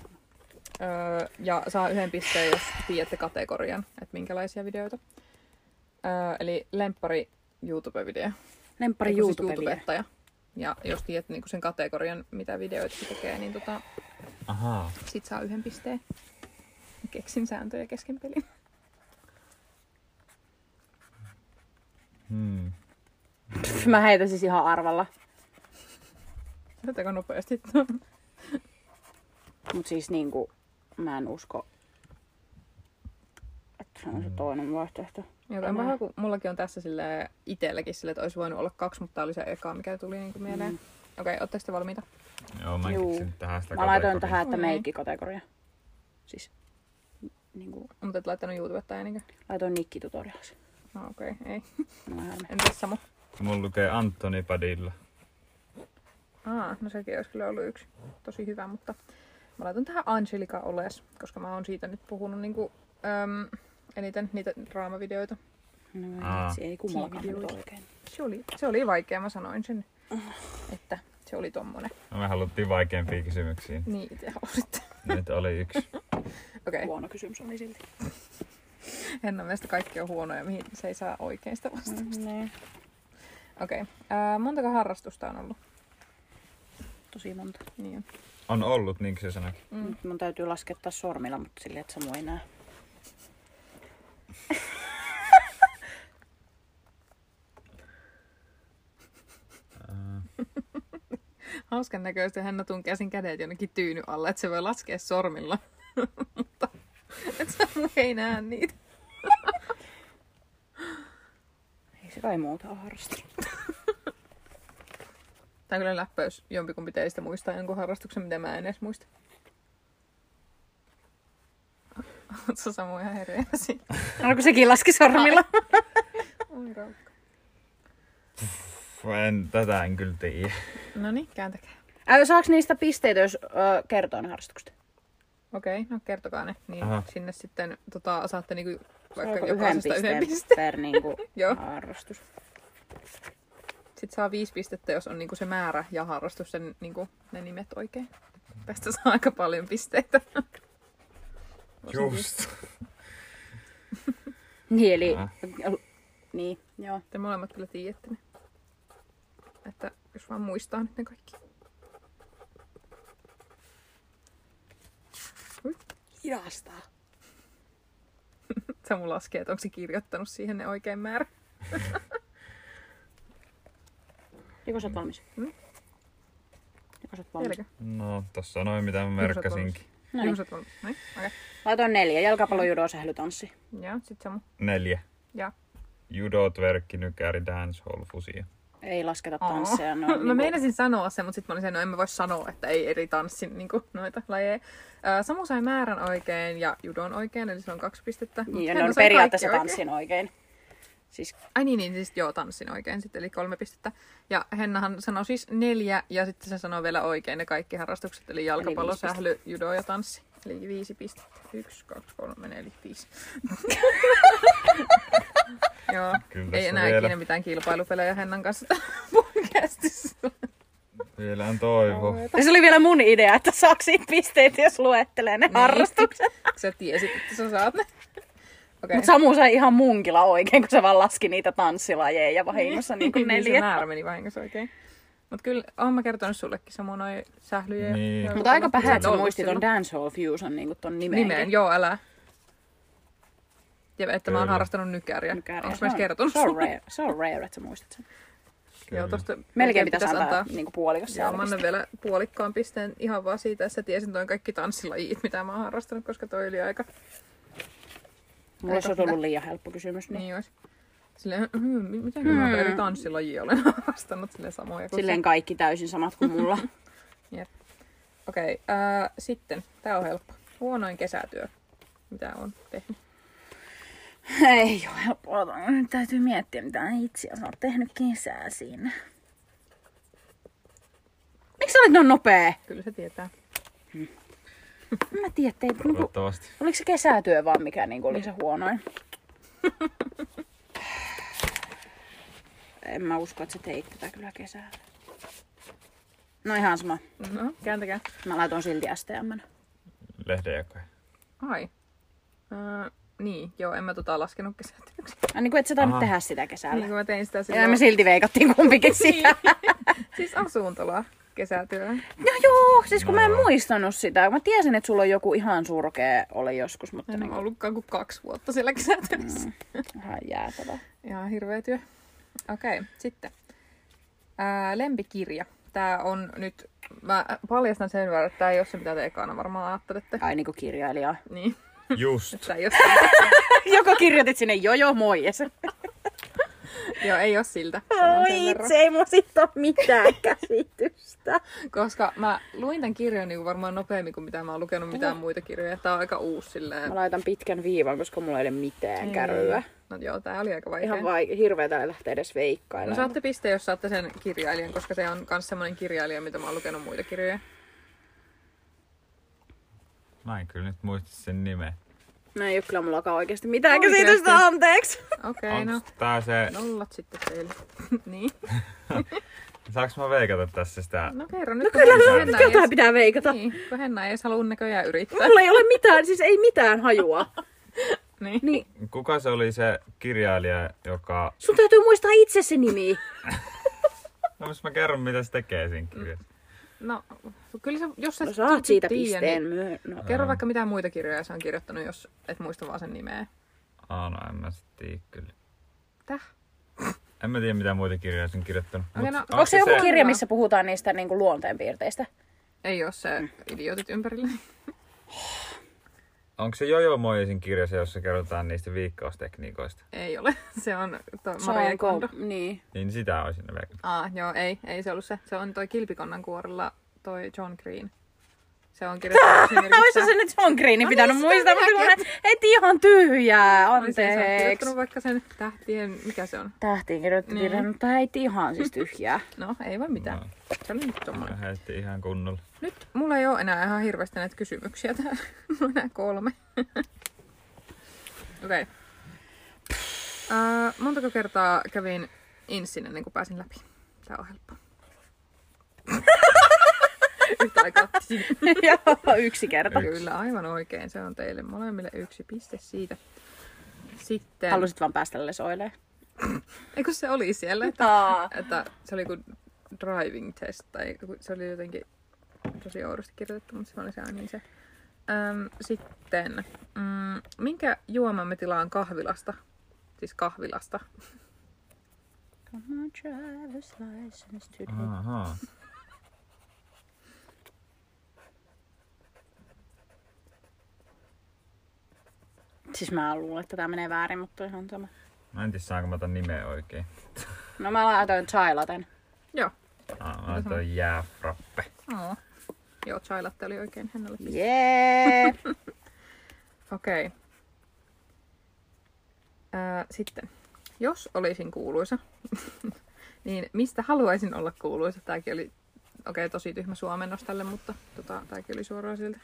S2: Öö, ja saa yhden pisteen, jos tiedätte kategorian, että minkälaisia videoita. Öö, eli lemppari YouTube-video.
S1: Lemppari
S2: Eiku siis
S1: YouTube-video.
S2: YouTubettaja. Ja jos tiedät niinku sen kategorian, mitä videoita se tekee, niin tota,
S3: Ahaa.
S2: sit saa yhden pisteen. Keksin sääntöjä kesken pelin. (laughs)
S3: Hmm.
S1: Pff, Mä heitän siis ihan arvalla.
S2: Tätäkö nopeasti? tuo?
S1: Mut siis niinku, mä en usko, että se on se toinen vaihtoehto.
S2: Joo, on vähän, Niin, kun mullakin on tässä sille itselläkin sille, että olisi voinut olla kaksi, mutta tämä oli se eka, mikä tuli niinku mieleen. Okei, ootteko te valmiita?
S3: Joo, mä en
S1: Juu.
S3: keksin tähän sitä
S1: Mä laitoin
S3: kategoriaa.
S1: tähän, että
S2: Oi.
S1: meikkikategoria. Siis, niinku,
S2: Mutta et laittanut YouTubetta niinkö?
S1: laitoin nikkitutoriaksi.
S2: No okei, ei.
S1: Mä oon harmi.
S2: Entäs Samu?
S3: Mulla lukee Antoni Padilla.
S2: Aa, no sekin olisi kyllä ollut yksi tosi hyvä, mutta mä laitan tähän Angelica Oles, koska mä oon siitä nyt puhunut niinku, äm, eniten niitä draamavideoita.
S1: No,
S3: Aa.
S1: vitsi, ei kummallakaan
S2: Siinä
S1: ollut
S2: videoita.
S1: oikein.
S2: Se oli, se oli vaikea, mä sanoin sen, että se oli tommonen.
S3: No me haluttiin vaikeampiin kysymyksiin.
S2: Niin, te halusitte.
S3: Nyt oli yksi.
S2: Okei, okay.
S1: Huono kysymys oli silti.
S2: Henna mielestä kaikki on huonoja, mihin se ei saa oikeista vasta.
S1: Mm,
S2: Okei, okay. montako harrastusta on ollut?
S1: tosi monta.
S2: Niin on.
S3: On ollut, niin kuin se sanoikin.
S2: Mm.
S1: Nyt mun täytyy laskettaa sormilla, mutta silleen, että Samu ei näe.
S2: Hauskan näköistä Henna tunkee sen kädet jonnekin tyyny alle, että se voi laskea sormilla. (laughs) Mutta et sä muu ei näe niitä.
S1: Ei se kai muuta ole (laughs) harrastanut.
S2: Tää on kyllä läppöys jompikumpi teistä muistaa jonkun harrastuksen, mitä mä en edes muista. (laughs) Oot sä Samu ihan hereillä siinä?
S1: No kun sekin laski sormilla.
S2: Oi raukka.
S3: Mä En, tätä en kyllä tiedä.
S2: Noniin, No niin, kääntäkää.
S1: Ää, saaks niistä pisteitä, jos ö, kertoo ne harrastukset?
S2: Okei, no kertokaa ne. Niin
S3: Aha.
S2: sinne sitten tota, saatte niinku vaikka
S1: Saako
S2: jokaisesta yhden pisteen.
S1: per niinku,
S2: (laughs) Joo.
S1: harrastus?
S2: Sitten saa viisi pistettä, jos on niinku se määrä ja harrastus sen, niinku, ne nimet oikein. Tästä saa aika paljon pisteitä.
S3: Just.
S1: Niin, eli...
S3: Äh.
S1: Niin, joo.
S2: Te molemmat kyllä tiedätte ne. Että jos vaan muistaa nyt ne kaikki. (laughs)
S1: Hidastaa.
S2: Samu laskee, että onko se kirjoittanut siihen ne oikein määrä.
S1: Joko sä oot valmis?
S2: Mm.
S1: Joko sä oot valmis?
S2: Tiedätkö?
S3: No, tossa on noin mitä mä merkkasinkin.
S1: No niin.
S2: Juu, sä oot valmis. Noin, okei.
S1: Laitoin neljä. Jalkapallo, judo, sählytanssi.
S2: Joo, sit Samu.
S3: Neljä.
S2: Ja.
S3: Judo, twerkki, nykäri, dancehall, fusia.
S1: Ei lasketa
S2: Aa.
S1: tansseja.
S2: (laughs)
S1: No,
S2: mä meinasin sanoa sen, mutta sitten mä olin sen, no en mä voi sanoa, että ei eri tanssin niin noita lajeja. Ää, Samu sai määrän oikein ja judon oikein, eli se on kaksi pistettä.
S1: Niin, ja
S2: Henna
S1: ne on
S2: sai
S1: periaatteessa
S2: kaikki
S1: tanssin oikein. Siis
S2: Ai niin, niin siis joo, tanssin oikein sitten, eli kolme pistettä. Ja Hennahan sanoi siis neljä, ja sitten se sanoi vielä oikein ne kaikki harrastukset, eli
S1: Eli
S2: jalkapallo,
S1: viisi
S2: sähly, judo ja tanssi. Eli viisi pistettä. Yksi, kaksi, kolme, neljä,
S1: (laughs)
S2: viisi. joo,
S3: Kyllä
S2: ei
S3: tässä
S2: enää
S3: vielä.
S2: ikinä mitään kilpailupelejä Hennan kanssa (laughs) täällä podcastissa.
S3: Vielä on toivo.
S1: se oli vielä mun idea, että saako siitä pisteitä, jos luettelee
S2: Niin.
S1: ne harrastukset.
S2: Sä tiesit, että sä saat ne. Okei.
S1: Mutta Samu sai ihan munkila oikein, kun se vaan laski niitä tanssilajeja
S2: (laughs)
S1: vahingossa niin kuin
S2: Se
S1: neljä.
S2: määrä meni vahingossa oikein. Mut kyllä, oon mä kertonut sullekin samoin noi sählyjä. ja
S3: Niin.
S2: jalkapallo.
S1: Mutta aika
S2: Sä
S1: paha,
S2: et
S1: että sä
S2: ollut
S1: muistit
S2: silloin.
S1: ton Dancehall Fusion niin kuin ton nimeen.
S2: Nimeen, joo, älä. Ja että mä oon
S3: Kyllä.
S2: harrastanut nykäriä.
S1: Nykäriä.
S2: Onks
S1: Se
S2: mä edes
S1: on-
S2: kertonut
S1: Se on
S2: sulle?
S1: rare, se on rare että sä muistat sen.
S2: Joo, tosta
S1: Melkein pitäisi antaa niin kuin puolikas
S2: Joo, mä
S1: selvitys.
S2: annan vielä puolikkaan pisteen ihan vaan siitä, että sä tiesin noin kaikki tanssilajit, mitä mä oon harrastanut, koska toi oli aika...
S1: Mulla se on
S2: Aika
S1: tullut liian helppo kysymys. Niin.
S2: Niin ois. Silleen, hmm, mi- mitä hmm.
S1: Mm.
S2: eri tanssilajia olen (laughs) harrastanut silleen samoja kuin
S1: Silleen kaikki täysin samat kuin mulla. (laughs)
S2: sä. Okei, okay, sitten. Tää on helppo. Huonoin kesätyö, mitä on tehnyt.
S1: Ei ole helppoa. toi. Nyt täytyy miettiä, mitä itse on tehnyt kesää siinä. Miksi sä olit noin nopee?
S2: Kyllä se tietää.
S1: En Mä tiedän, että ei, niinku,
S3: Toivottavasti.
S1: oliko se kesätyö vaan mikä niinku, oli se huonoin? en mä usko, että sä teit tätä kyllä kesällä. No ihan sama.
S2: No, kääntäkää.
S1: Mä laitoin silti STM.
S3: Lehden jakoja.
S2: Ai. Öö, niin, joo, en mä tota laskenut kesätyöksi.
S1: Ai niin kuin et sä tainnut
S3: Aha.
S1: tehdä sitä kesällä.
S2: Niin kuin mä tein sitä
S1: Ja me
S2: silloin.
S1: silti veikattiin kumpikin sitä.
S2: siis asuntolaa kesätyöhön.
S1: No joo, siis kun mä en
S3: No.
S1: muistanut sitä. Mä tiesin, että sulla on joku ihan surkea oli joskus, mutta
S2: En
S1: niin
S2: ole ollutkaan kuin kaksi vuotta siellä kesätyössä. Mm.
S1: ihan jäätävä.
S2: Ihan hirveä työ. Okei, okay, sitten. Ää, lempikirja. Tää on nyt, mä paljastan sen verran, että tää ei ole se, mitä te ekana varmaan ajattelette.
S1: Ai niinku kirjailija. (laughs)
S2: Niin,
S3: Just.
S2: tää ei ole siltä.
S1: Joko kirjoitit sinne jojo moi ja se...
S2: joo, ei ole siltä. (laughs) Sanon sen
S1: Oi
S2: verran.
S1: itse, ei mun sit oo mitään (laughs) käsitystä.
S2: Koska mä luin tämän kirjan niin varmaan nopeammin kuin mitä mä oon lukenut mitään muita kirjoja. Tää on aika uusi silleen.
S1: Mä laitan pitkän viivan, koska mulla ei ole mitään Niin. kärryä.
S2: No joo, tää oli aika vaikea.
S1: Ihan vai, hirveetä ei lähteä edes
S2: No
S1: veikkailemaan.
S2: saatte piste, jos saatte sen kirjailijan, koska se on myös semmoinen kirjailija, mitä mä oon lukenut muita kirjoja.
S3: Mä en kyllä nyt muista sen nimeä.
S1: No ei oo kyllä mullakaan oikeesti mitään
S2: Oikeesti?
S1: käsitystä, anteeksi.
S2: Okei, okay, no.
S3: Onks tää se...
S2: Nollat sitten teille. (laughs) niin.
S3: Saaks mä veikata tässä sitä?
S2: No kerro nyt. No
S1: Kyllä, nyt jotain pitää veikata.
S2: Niin, kun Henna ei edes halua näköjään
S1: (laughs)
S2: yrittää.
S1: Mulla ei ole mitään, siis ei mitään hajua.
S2: Niin.
S1: Niin,
S3: Kuka se oli se kirjailija, joka...
S1: sun täytyy muistaa itse se (laughs) nimi.
S3: No jos mä kerron, mitä se tekee siinä kirjassa.
S2: No, kyllä se, jos sä
S1: No saat siitä
S2: tiedä,
S1: pisteen
S2: Niin,
S1: myö... No,
S2: kerro vaikka mitä muita kirjoja se on kirjoittanut, jos et muista vaan sen nimeä.
S3: Aa, no en mä sit tii kyllä.
S2: Täh?
S3: En mä tiedä, mitä muita kirjoja se on kirjoittanut.
S2: Okei, no,
S1: onko se joku
S2: se-
S1: kirja, missä puhutaan niistä niin kuin luonteenpiirteistä?
S2: Ei ole
S1: Mm.
S2: se idiotit ympärillä.
S3: Onko se Jojo Moisin kirja se, jossa kerrotaan niistä viikkaustekniikoista?
S2: ei ole. (laughs) Se on to, Maria Kondo.
S1: Niin.
S3: Niin sitä olisi ne veikata.
S2: Aa, joo, ei, ei se ollut se. Se on toi kilpikonnan kuorella toi John Green. Se on kirjoittanut
S1: Olisi
S2: esimerkiksi...
S1: se No nyt John Greenin pitänyt
S2: niin, sitä
S1: muistaa, mutta kun mä heti ihan tyhjää,
S2: Oli se, se on
S1: anteeksi.
S2: kirjoittanut vaikka sen tähtien... Mikä se on?
S1: Tähtiin kirjoitti
S2: Niin.
S1: niin. mutta heti ihan siis
S2: (laughs)
S1: tyhjää.
S2: No, ei vaan mitään.
S3: No.
S2: Se oli nyt tommonen.
S3: Mä heitti ihan kunnolla.
S2: Nyt mulla ei ole enää ihan hirveästi näitä kysymyksiä täällä. (laughs) Mulla on enää kolme. (laughs) Okei. Okay. montako kertaa kävin insin ennen kuin pääsin läpi? Tää on helppo. (laughs) Yhtä aikaa.
S1: Joo, yksi kerta.
S3: Yksi.
S2: Kyllä, aivan oikein. Se on teille molemmille yksi piste siitä. Sitten...
S1: Halusit vaan päästä lesoilemaan.
S2: Eikö se oli siellä? Että,
S1: Aa.
S2: että se oli kuin driving test. Tai joku- se oli jotenkin tosi oudosti kirjoitettu, mutta se oli se aina se. Öm, sitten, mm, minkä juoman me tilaan kahvilasta? Siis kahvilasta.
S3: Aha.
S1: Siis mä luulen, että tää menee väärin, mutta ihan sama.
S3: Mä en tiedä, saanko mä tän nimeä oikein.
S1: No mä laitoin chailaten.
S2: Joo.
S3: Aa, mä laitoin jääfrappe.
S2: Oo. Joo, chai latte oli oikein hänellä. (laughs)
S1: Jee!
S2: Okei. Öö, sitten. Jos olisin kuuluisa, (laughs) niin mistä haluaisin olla kuuluisa? Tämäkin oli, okei, okay, tosi tyhmä suomennos tälle, mutta tota, tämäkin oli suoraan siltä.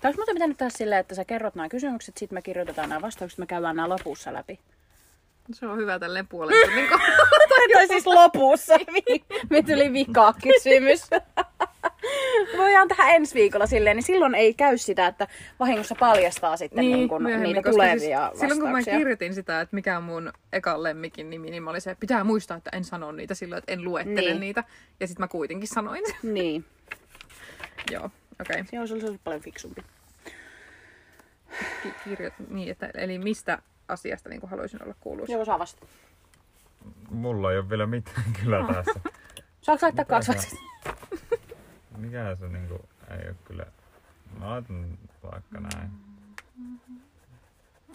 S1: Tämä olisi muuten pitänyt tehdä silleen, että sä kerrot nämä kysymykset, sitten me kirjoitetaan nämä vastaukset, me käydään nämä lopussa läpi.
S2: No, Se on hyvä tälleen puolen tunnin kohdalla.
S1: tai siis lopussa. Me tuli vika kysymys. (laughs) Voidaan tehdä ensi viikolla silleen, niin silloin ei käy sitä, että vahingossa paljastaa sitten (laughs) niin, niin kun
S2: myöhemmin,
S1: niitä
S2: koska
S1: tulevia
S2: siis,
S1: vastauksia.
S2: Silloin kun mä kirjoitin sitä, että mikä on mun ekan lemmikin nimi, niin mä olin se, että pitää muistaa, että en sano niitä silloin, että en luettele
S1: Niin.
S2: niin. niitä. Ja sitten mä kuitenkin sanoin sen. (laughs)
S1: Niin,
S2: Joo, okei.
S1: se olisi ollut paljon fiksumpi.
S2: Okay. Kirjoit, niin, että, eli mistä asiasta niin haluaisin olla kuuluisa?
S1: Joo, saa vastata.
S3: Mulla ei ole vielä mitään (laughs) kyllä tässä.
S1: Saanko laittaa
S3: Mitä
S1: kaksi
S3: sä-
S1: vastausta?
S3: Mikä se niinku, ei oo kyllä... Mä laitan vaikka näin.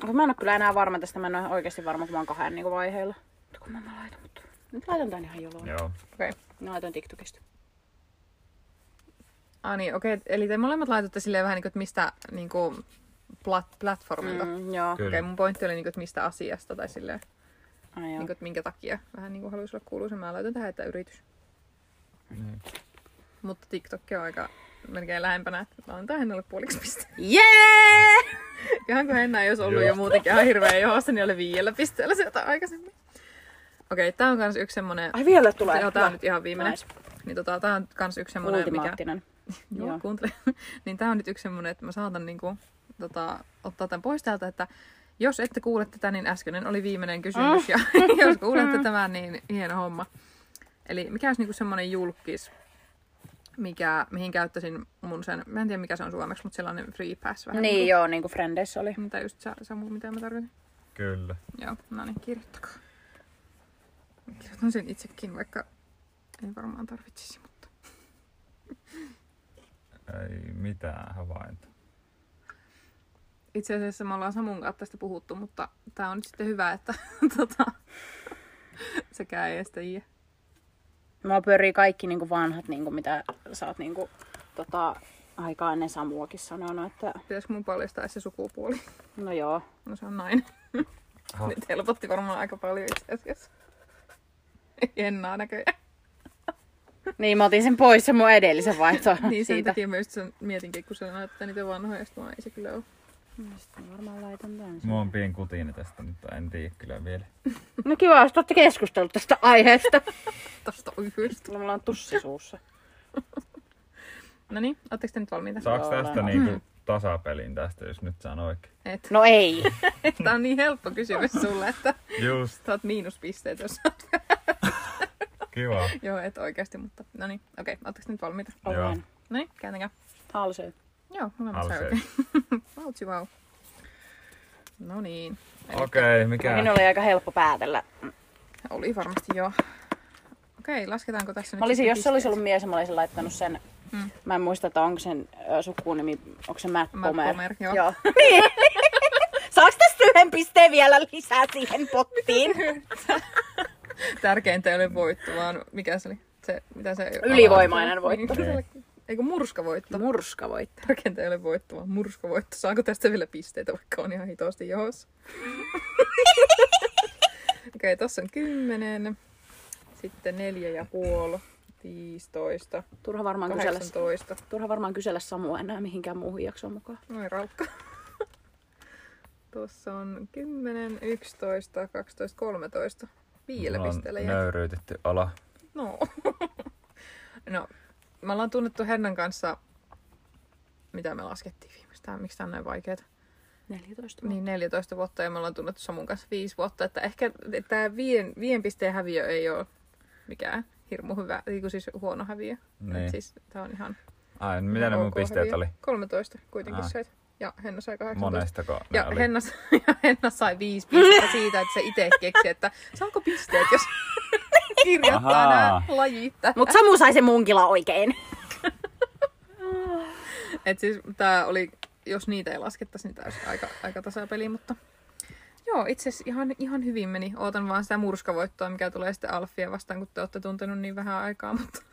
S1: Kun Mä en ole kyllä enää varma tästä, mä en ole oikeasti varma, kun mä oon kahden niin vaiheilla. Mutta kun mä mä laitan, mutta nyt laitan tän ihan joloon.
S3: Joo.
S2: Okei. Okay.
S1: Mä laitan TikTokista.
S2: Ah niin, okei. Okay. Eli te molemmat laitatte silleen vähän niin kuin, että mistä niin kuin, plat- platformilta. Mm. Okei,
S1: Mm, joo.
S3: Kyllä.
S2: okay, mun pointti oli, niin kuin, että mistä asiasta tai silleen,
S1: Ai, joo.
S2: niin kuin, että minkä takia vähän niin kuin haluaisi olla kuuluisa. Mä laitan tähän, että yritys.
S3: Niin.
S2: Mutta TikTok on aika melkein lähempänä, että mä oon tähän alle puoliksi piste.
S1: Jee!
S2: (laughs) Ihan kuin Henna ei olisi ollut jo
S3: Just.
S2: muutenkin ihan hirveä johossa, niin oli viiellä pisteellä sieltä aikaisemmin. Okei, okay, tää on kans yksi semmonen...
S1: Ai vielä tulee.
S2: Joo, tää on nyt ihan viimeinen.
S1: Nice.
S2: Niin tota, tää on kans yksi semmonen, mikä...
S1: Ultimaattinen.
S2: Joo,
S1: Joo.
S2: Joo. kuuntele. (laughs) niin tää on nyt yksi semmonen, että mä saatan niinku, tota, ottaa tämän pois täältä, että jos ette kuule tätä, niin äskeinen oli viimeinen kysymys. Ja (laughs) jos kuulette tämän, niin hieno homma. Eli mikä olisi niinku semmonen julkis, mikä, mihin käyttäisin mun sen, mä en tiedä mikä se on suomeksi, mutta sellainen free pass vähän.
S1: Niin
S2: niinku,
S1: joo, niin kuin Frendeissä oli.
S2: Mitä just sä, Samu, mitä mä tarkoitin?
S3: Kyllä.
S2: Joo, no niin, kirjoittakaa. Kirjoitan sen itsekin, vaikka ei varmaan tarvitsisi, mutta...
S3: Ei mitään havaintoa.
S2: Itse asiassa me ollaan Samun kanssa tästä puhuttu, mutta tää on nyt sitten hyvä, että (laughs) tota, sekään ei edes tiedä.
S1: Mä pyörii kaikki niin kuin vanhat, niin kuin mitä sä oot niin kuin, tota, aikaa ennen Samuakin sanonut, että
S2: Pitäisikö mun paljastaa se sukupuoli?
S1: no
S2: (laughs)
S1: joo.
S2: No se on nainen.
S3: Ha.
S2: Nyt helpotti varmaan aika paljon itse asiassa. Ei Ennaa näköjään.
S1: Niin mä otin sen pois se mun edellisen vaihtoon
S2: (laughs) Niin sen
S1: Äh, siitä.
S2: takia mä just sen mietinkin, kun sanoin, että niitä vanhoja, ja sit mä, ei se kyllä ole.
S1: No, sit mä varmaan laitan tän.
S3: Mä oon pieni kutinen tästä, mutta en tiedä kyllä vielä.
S1: No kiva, jos te ootte keskustellut tästä
S2: (laughs)
S1: aiheesta.
S2: Tosta yhdestä.
S1: Kyllä mulla on tussi suussa.
S2: No niin, ootteko te nyt valmiita?
S3: Saaks
S1: Joo,
S3: tästä
S1: olen.
S3: niinku tasapelin tästä, jos nyt saan oikein?
S2: Et.
S1: No ei.
S2: Tää on niin helppo kysymys sulle, että
S3: Just,
S2: saat miinuspisteet, jos (laughs)
S3: kiva.
S2: Joo, et oikeasti, mutta no niin, okei, okay, ootteko te nyt valmiita?
S3: Joo.
S1: Olen.
S2: No niin, kääntäkää.
S1: Halsey.
S2: Joo, molemmat saa
S3: Halseen.
S2: oikein. (laughs) Vautsi vau. No niin,
S3: Okei, mikä?
S1: Minun oli aika helppo päätellä.
S2: oli varmasti joo. Okei, lasketaanko
S1: Mä
S2: tässä nyt
S1: olisin,
S2: sitten
S1: jos se olisi
S2: pisteet?
S1: ollut mies, mä olisin laittanut sen.
S2: Mm.
S1: Mä en muista, että onko sen ö, sukunimi, onko se Matt,
S2: Matt
S1: Pomer.
S2: Pomer, joo.
S1: (laughs)
S2: (laughs)
S1: Niin. Saaks tästä yhden pisteen vielä lisää
S2: (laughs)
S1: siihen pottiin?
S2: Tärkeintä ei ole voitto, vaan mikä se oli? Se, mitä se...
S1: Ylivoimainen voitto.
S3: Niin.
S2: Eikö murskavoitto?
S1: Murska voittaa.
S2: Tärkeintä ei ole voitto, vaan murskavoitto. Saanko tästä vielä pisteitä, vaikka on ihan hitaasti johossa? (laughs) Okei, tossa on kymmenen. Sitten neljä ja puoli. Viisitoista.
S1: Turha varmaan kysellä,
S2: Kahdeksantoista.
S1: turha varmaan kysellä Samua enää mihinkään muuhun jaksoon mukaan.
S2: Noin raukka. (laughs) Tuossa on 10, 11, 12, 13. Viidellä
S3: Mulla on
S2: pisteellä jää.
S3: Nöyryytetty ala.
S2: No. (laughs) no. Me ollaan tunnettu Hennan kanssa, mitä me laskettiin viimeksi. Tää- Miksi tää on näin vaikeeta?
S1: 14
S2: Niin 14 vuotta ja me ollaan tunnettu Samun kanssa 5 vuotta. Että ehkä tämä viien, viien pisteen häviö ei ole mikään hirmu hyvä, ei kun siis huono häviö.
S3: Niin.
S2: Et Siis tää on ihan
S4: niin
S3: Ai, mitä ne mun
S2: ok
S3: pisteet
S2: häviö.
S3: oli?
S2: 13 kuitenkin
S3: Ah.
S2: se. Ja Henna sai 18.
S3: Monestako ne
S2: Ja
S3: oli?
S2: Henna, (laughs) ja Henna sai viisi pistettä siitä, että se itse keksi, että saanko pisteet, jos kirjoittaa
S3: Ahaa.
S2: nämä lajit.
S1: Mut Samu sai sen munkila oikein.
S2: Et siis tää oli, jos niitä ei laskettaisi, niin tää olisi aika, aika tasapeli, mutta... Joo, itse asiassa ihan, ihan hyvin meni. Ootan vaan sitä murskavoittoa, mikä tulee sitten Alfia vastaan, kun te olette tuntenut niin vähän aikaa, (laughs) mutta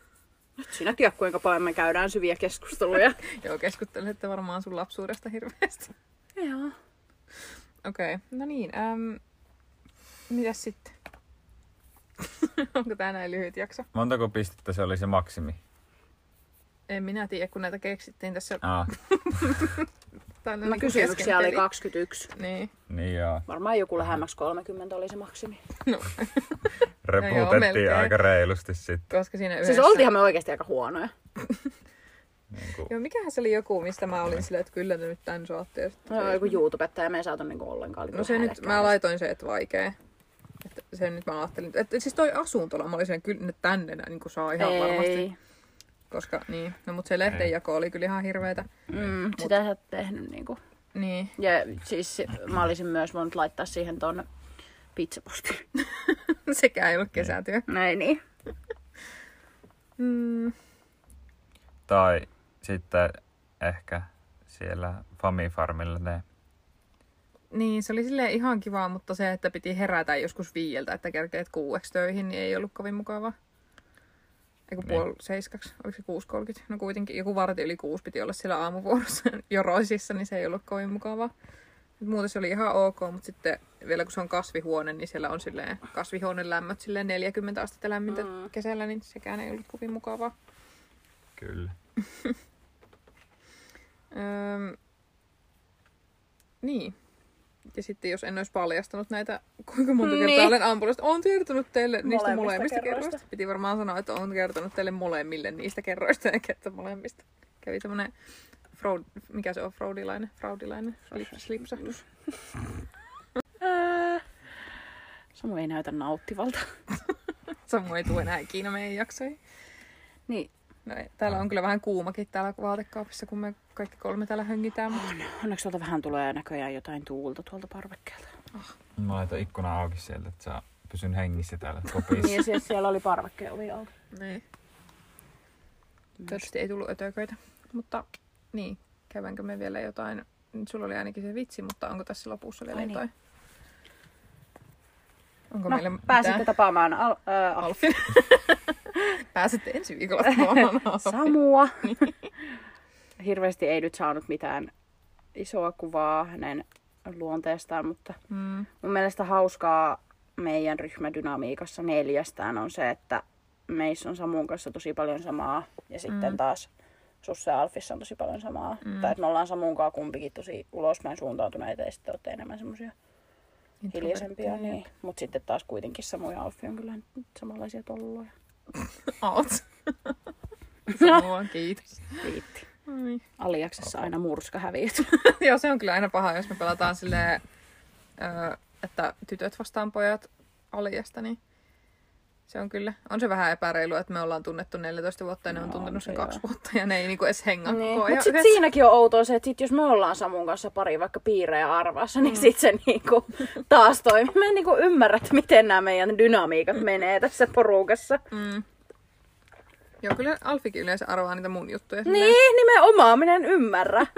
S1: Sinä tiedät, kuinka paljon me käydään syviä keskusteluja.
S2: joo, keskustelette varmaan sun lapsuudesta hirveästi.
S1: (laughs) Joo.
S2: Okei, Okei, okay. no niin. Äm, mitäs sitten? (laughs) Onko tää näin lyhyt jakso?
S4: Montako pistettä se oli se maksimi?
S2: En minä tiedä, kun näitä keksittiin tässä.
S4: Ah,
S2: Tää oli
S1: No,
S2: niinku
S1: kysymyksiä oli
S2: keskenteli.
S1: 21.
S2: Niin.
S4: niin
S2: (laughs)
S4: joo.
S1: Varmaan joku lähemmäksi 30 oli se maksimi. Siis
S4: Reputettiin
S2: melkein.
S4: aika reilusti sitten.
S2: Koska siinä yhdessä...
S1: Siis oltiinhan me oikeasti aika huonoja.
S4: Niin kuin,
S2: Joo, mikähän se oli joku, mistä mä olin silleen, että kyllä te nyt tän saatte. Ja sit-
S1: No, joku YouTubettaja me ei saatu niinku ollenkaan. oli
S2: No se
S1: kyllä
S2: nyt,
S1: häälekkäin.
S2: mä laitoin se, että vaikee. Että se nyt mä ajattelin, että siis toi asuntola, mä olin sen kyllä ne tänne niin kuin saa ihan varmasti.
S1: Ei.
S2: Koska niin, no mut se lehtenjako oli kyllä ihan hirveetä.
S1: Mm, sitä sä oot tehnyt niinku.
S2: Niin, (laughs)
S1: Ja siis mä olisin myös voinut laittaa siihen ton pizzapostin.
S2: sekään ei ollut kesätyö.
S1: Näin niin.
S2: Mm,
S4: tai sitten ehkä siellä Famifarmilla ne.
S2: niin, se oli silleen ihan kivaa, mutta se, että piti herätä joskus viieltä, että kerkeet kuueksi töihin, niin ei ollut kovin mukavaa. Eiku
S4: Niin.
S2: puoli seiskaksi, oliko se 6.30? No kuitenkin, joku varti yli kuusi piti olla siellä aamuvuorossa (laughs) joroisissa, niin se ei ollut kovin mukavaa. Mut Muuten se oli ihan ok, mutta sitten vielä kun se on kasvihuone, niin siellä on silleen kasvihuoneen lämmöt silleen 40 astetta lämmintä mm. kesällä, niin sekään ei ollut kovin mukavaa.
S4: Kyllä.
S2: Öm, niin. Ja sitten jos en olisi paljastanut näitä, kuinka monta niin.
S1: Niin.
S2: kertaa olen ampunut, on kertonut teille niistä
S1: Molemmista
S2: molemmista kerroista.
S1: kerroista.
S2: Piti varmaan sanoa, että on kertonut teille molemmille niistä kerroista, eikä että molemmista. Kävi tämmönen, fraud, mikä se on, fraudilainen, fraudilainen, slip, slipsahdus.
S1: Samu Äh. ei näytä nauttivalta.
S2: Samu ei tule enää ikinä meidän jaksoihin.
S1: Niin,
S2: No, ei, täällä on kyllä vähän kuumakin täällä vaatekaapissa, kun me kaikki kolme täällä höngitään. mutta-
S1: onneksi tuolta vähän tulee näköjään jotain tuulta tuolta parvekkeelta.
S4: Mä laitan ikkuna auki sieltä, että sä pysyn hengissä
S2: (laughs)
S4: täällä kopissa.
S1: Niin, ja siis siellä oli parvekkeen ovi auki.
S2: Niin. Toivottavasti ei tullut ötököitä. Mutta niin, käydäänkö me vielä jotain? Nyt sulla oli ainakin se vitsi, mutta onko tässä lopussa vielä
S1: Ai niin.
S2: jotain? Onko
S1: No,
S2: meillä
S1: pääsitte tapaamaan al- äh, al-
S2: (laughs) Alfin? Pääsette ensi
S1: (laughs)
S2: viikolla tapaamaan Alfin.
S1: Samua. (laughs) Hirveästi ei nyt saanut mitään isoa kuvaa hänen luonteestaan, mutta
S2: Mm,
S1: mun mielestä hauskaa meidän ryhmädynamiikassa neljästään on se, että meissä on Samun kanssa tosi paljon samaa ja sitten taas Sussa ja Alfissa on tosi paljon samaa. Mm. Tai että me ollaan Samun kanssa kumpikin tosi ulospäin suuntautuneita ja sitten olette enemmän semmoisia hiljaisempia. Niin. Mutta sitten taas kuitenkin Samu ja Alfi on kyllä nyt samanlaisia tolloja.
S2: (laughs) Out. Samua, kiitos.
S1: Viitti.
S2: Ai.
S1: Aliaksessa aina murska häviää.
S2: (laughs) Joo, se on kyllä aina paha, jos me pelataan silleen, ö, että tytöt vastaan pojat aliasta, niin se on kyllä. On se vähän epäreilua, että me ollaan tunnettu 14 vuotta ja ne on
S1: No,
S2: tuntenut
S1: on
S2: sen
S1: se
S2: kaksi
S1: joo.
S2: vuotta ja ne ei niinku edes hengaa
S1: Niin.
S2: koko
S1: Mutta
S2: ajan
S1: sitten
S2: yhdessä.
S1: siinäkin on outoa se, että sit jos me ollaan Samun kanssa pari vaikka piirejä arvassa, niin sit se niinku taas toimii. Mä en niinku ymmärrä, että miten nämä meidän dynamiikat menee tässä porukassa.
S2: Mm. Joo, kyllä Alfikin yleensä arvaa niitä mun juttuja. silleen.
S1: Niin, nimenomaan minä en ymmärrä. (laughs)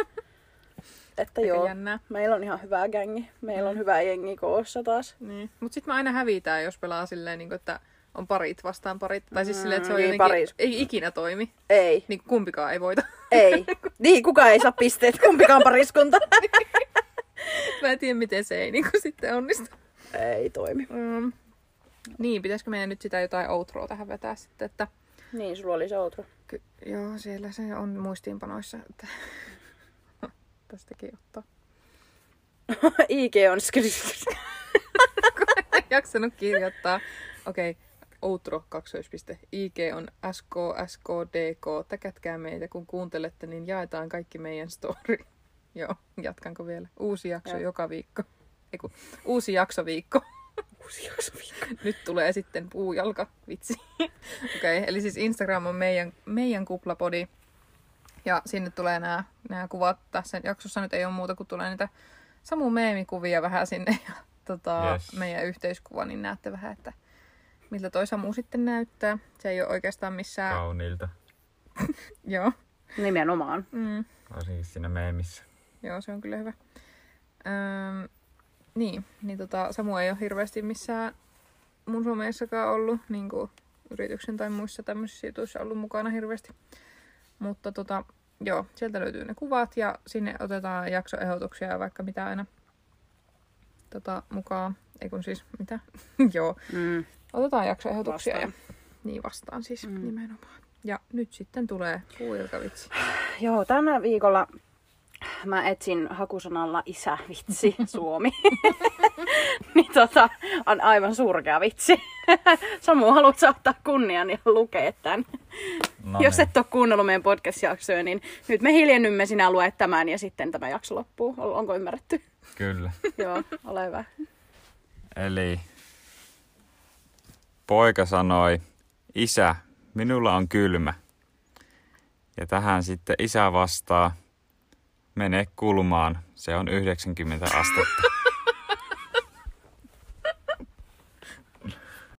S1: että
S2: Aika
S1: joo,
S2: jännää.
S1: meillä on ihan hyvä gängi. Meillä on hyvä jengi koossa taas.
S2: Niin. Mut sit mä aina hävitään, jos pelaa silleen, niinku, että on parit vastaan parit. Tai siis silleen, että se on
S1: Mm, niin,
S2: jotenkin,
S1: parit.
S2: ei ikinä toimi.
S1: Ei,
S2: Niin kumpikaan ei voita. (laughs)
S1: (laughs) ei. Niin, kukaan ei saa pisteet, kumpikaan (laughs) pariskunta.
S2: mä en tiedä, miten se ei niinku, sitten onnistu.
S1: ei toimi.
S2: Mm. Niin, pitäisikö meidän nyt sitä jotain outroa tähän vetää sitten, että...
S1: Niin, sulla oli se (laughs) outro.
S2: Ky- joo, siellä se on muistiinpanoissa, että (laughs) tästäkin ottaa. (laughs)
S1: IG on skris.
S2: En jaksanut kirjoittaa. Okei, okay. outro kaksoispiste. IG on SK, SKDK. Täkätkää meitä, kun kuuntelette, niin jaetaan kaikki meidän story. (laughs) Joo, jatkanko vielä? Uusi jakso
S1: Joo.
S2: joka viikko. Eiku, uusi jakso viikko.
S1: Uusi jakso viikko.
S2: Nyt tulee sitten puujalka, vitsi. (laughs) Okei, okay, eli siis Instagram on meidän, meidän kuplapodi. Ja sinne tulee nämä, nämä kuvat. Tässä jaksossa nyt ei ole muuta kuin tulee niitä Samu meemikuvia vähän sinne. Ja tota, yes.
S4: Yes.
S2: meidän yhteiskuva, niin näette vähän, että miltä toi Samu sitten näyttää. Se ei ole oikeastaan missään... Oh.
S4: Kauniilta.
S2: Joo.
S1: Nimenomaan.
S2: Mm.
S4: Varsinkin siinä meemissä.
S2: Joo, se on kyllä hyvä. Öm, niin, niin tota, Samu ei ole hirveästi missään mun someissakaan ollut, niin kuin yrityksen tai muissa tämmöisissä jutuissa ollut mukana hirveästi. Mutta tota, joo, sieltä löytyy ne kuvat ja sinne otetaan jaksoehdotuksia ja vaikka mitä aina. tota, mukaan. Ei kun siis, mitä? (laughs) Joo.
S1: Mm.
S2: Otetaan jaksoehdotuksia ja
S1: Vastaan.
S2: niin vastaan siis
S1: Mm.
S2: mm. nimenomaan. Ja nyt sitten tulee puuilkavitsi.
S1: Joo, tänä viikolla mä etsin hakusanalla (laughs) isävitsi Suomi. niin tota, on aivan surkea vitsi. (laughs) Samu, haluat saattaa kunnian ja lukea tämän?
S3: No
S1: Jos
S3: niin.
S1: et (laughs) ole kuunnellut meidän podcast-jaksoja, niin nyt me hiljennymme, sinä luet tämän ja sitten tämä jakso loppuu. Ol- Onko ymmärretty?
S3: Kyllä.
S1: Joo, ole (laughs) hyvä.
S3: Eli poika sanoi, isä, minulla on kylmä. Ja tähän sitten isä vastaa, mene kulmaan, se on 90 astetta.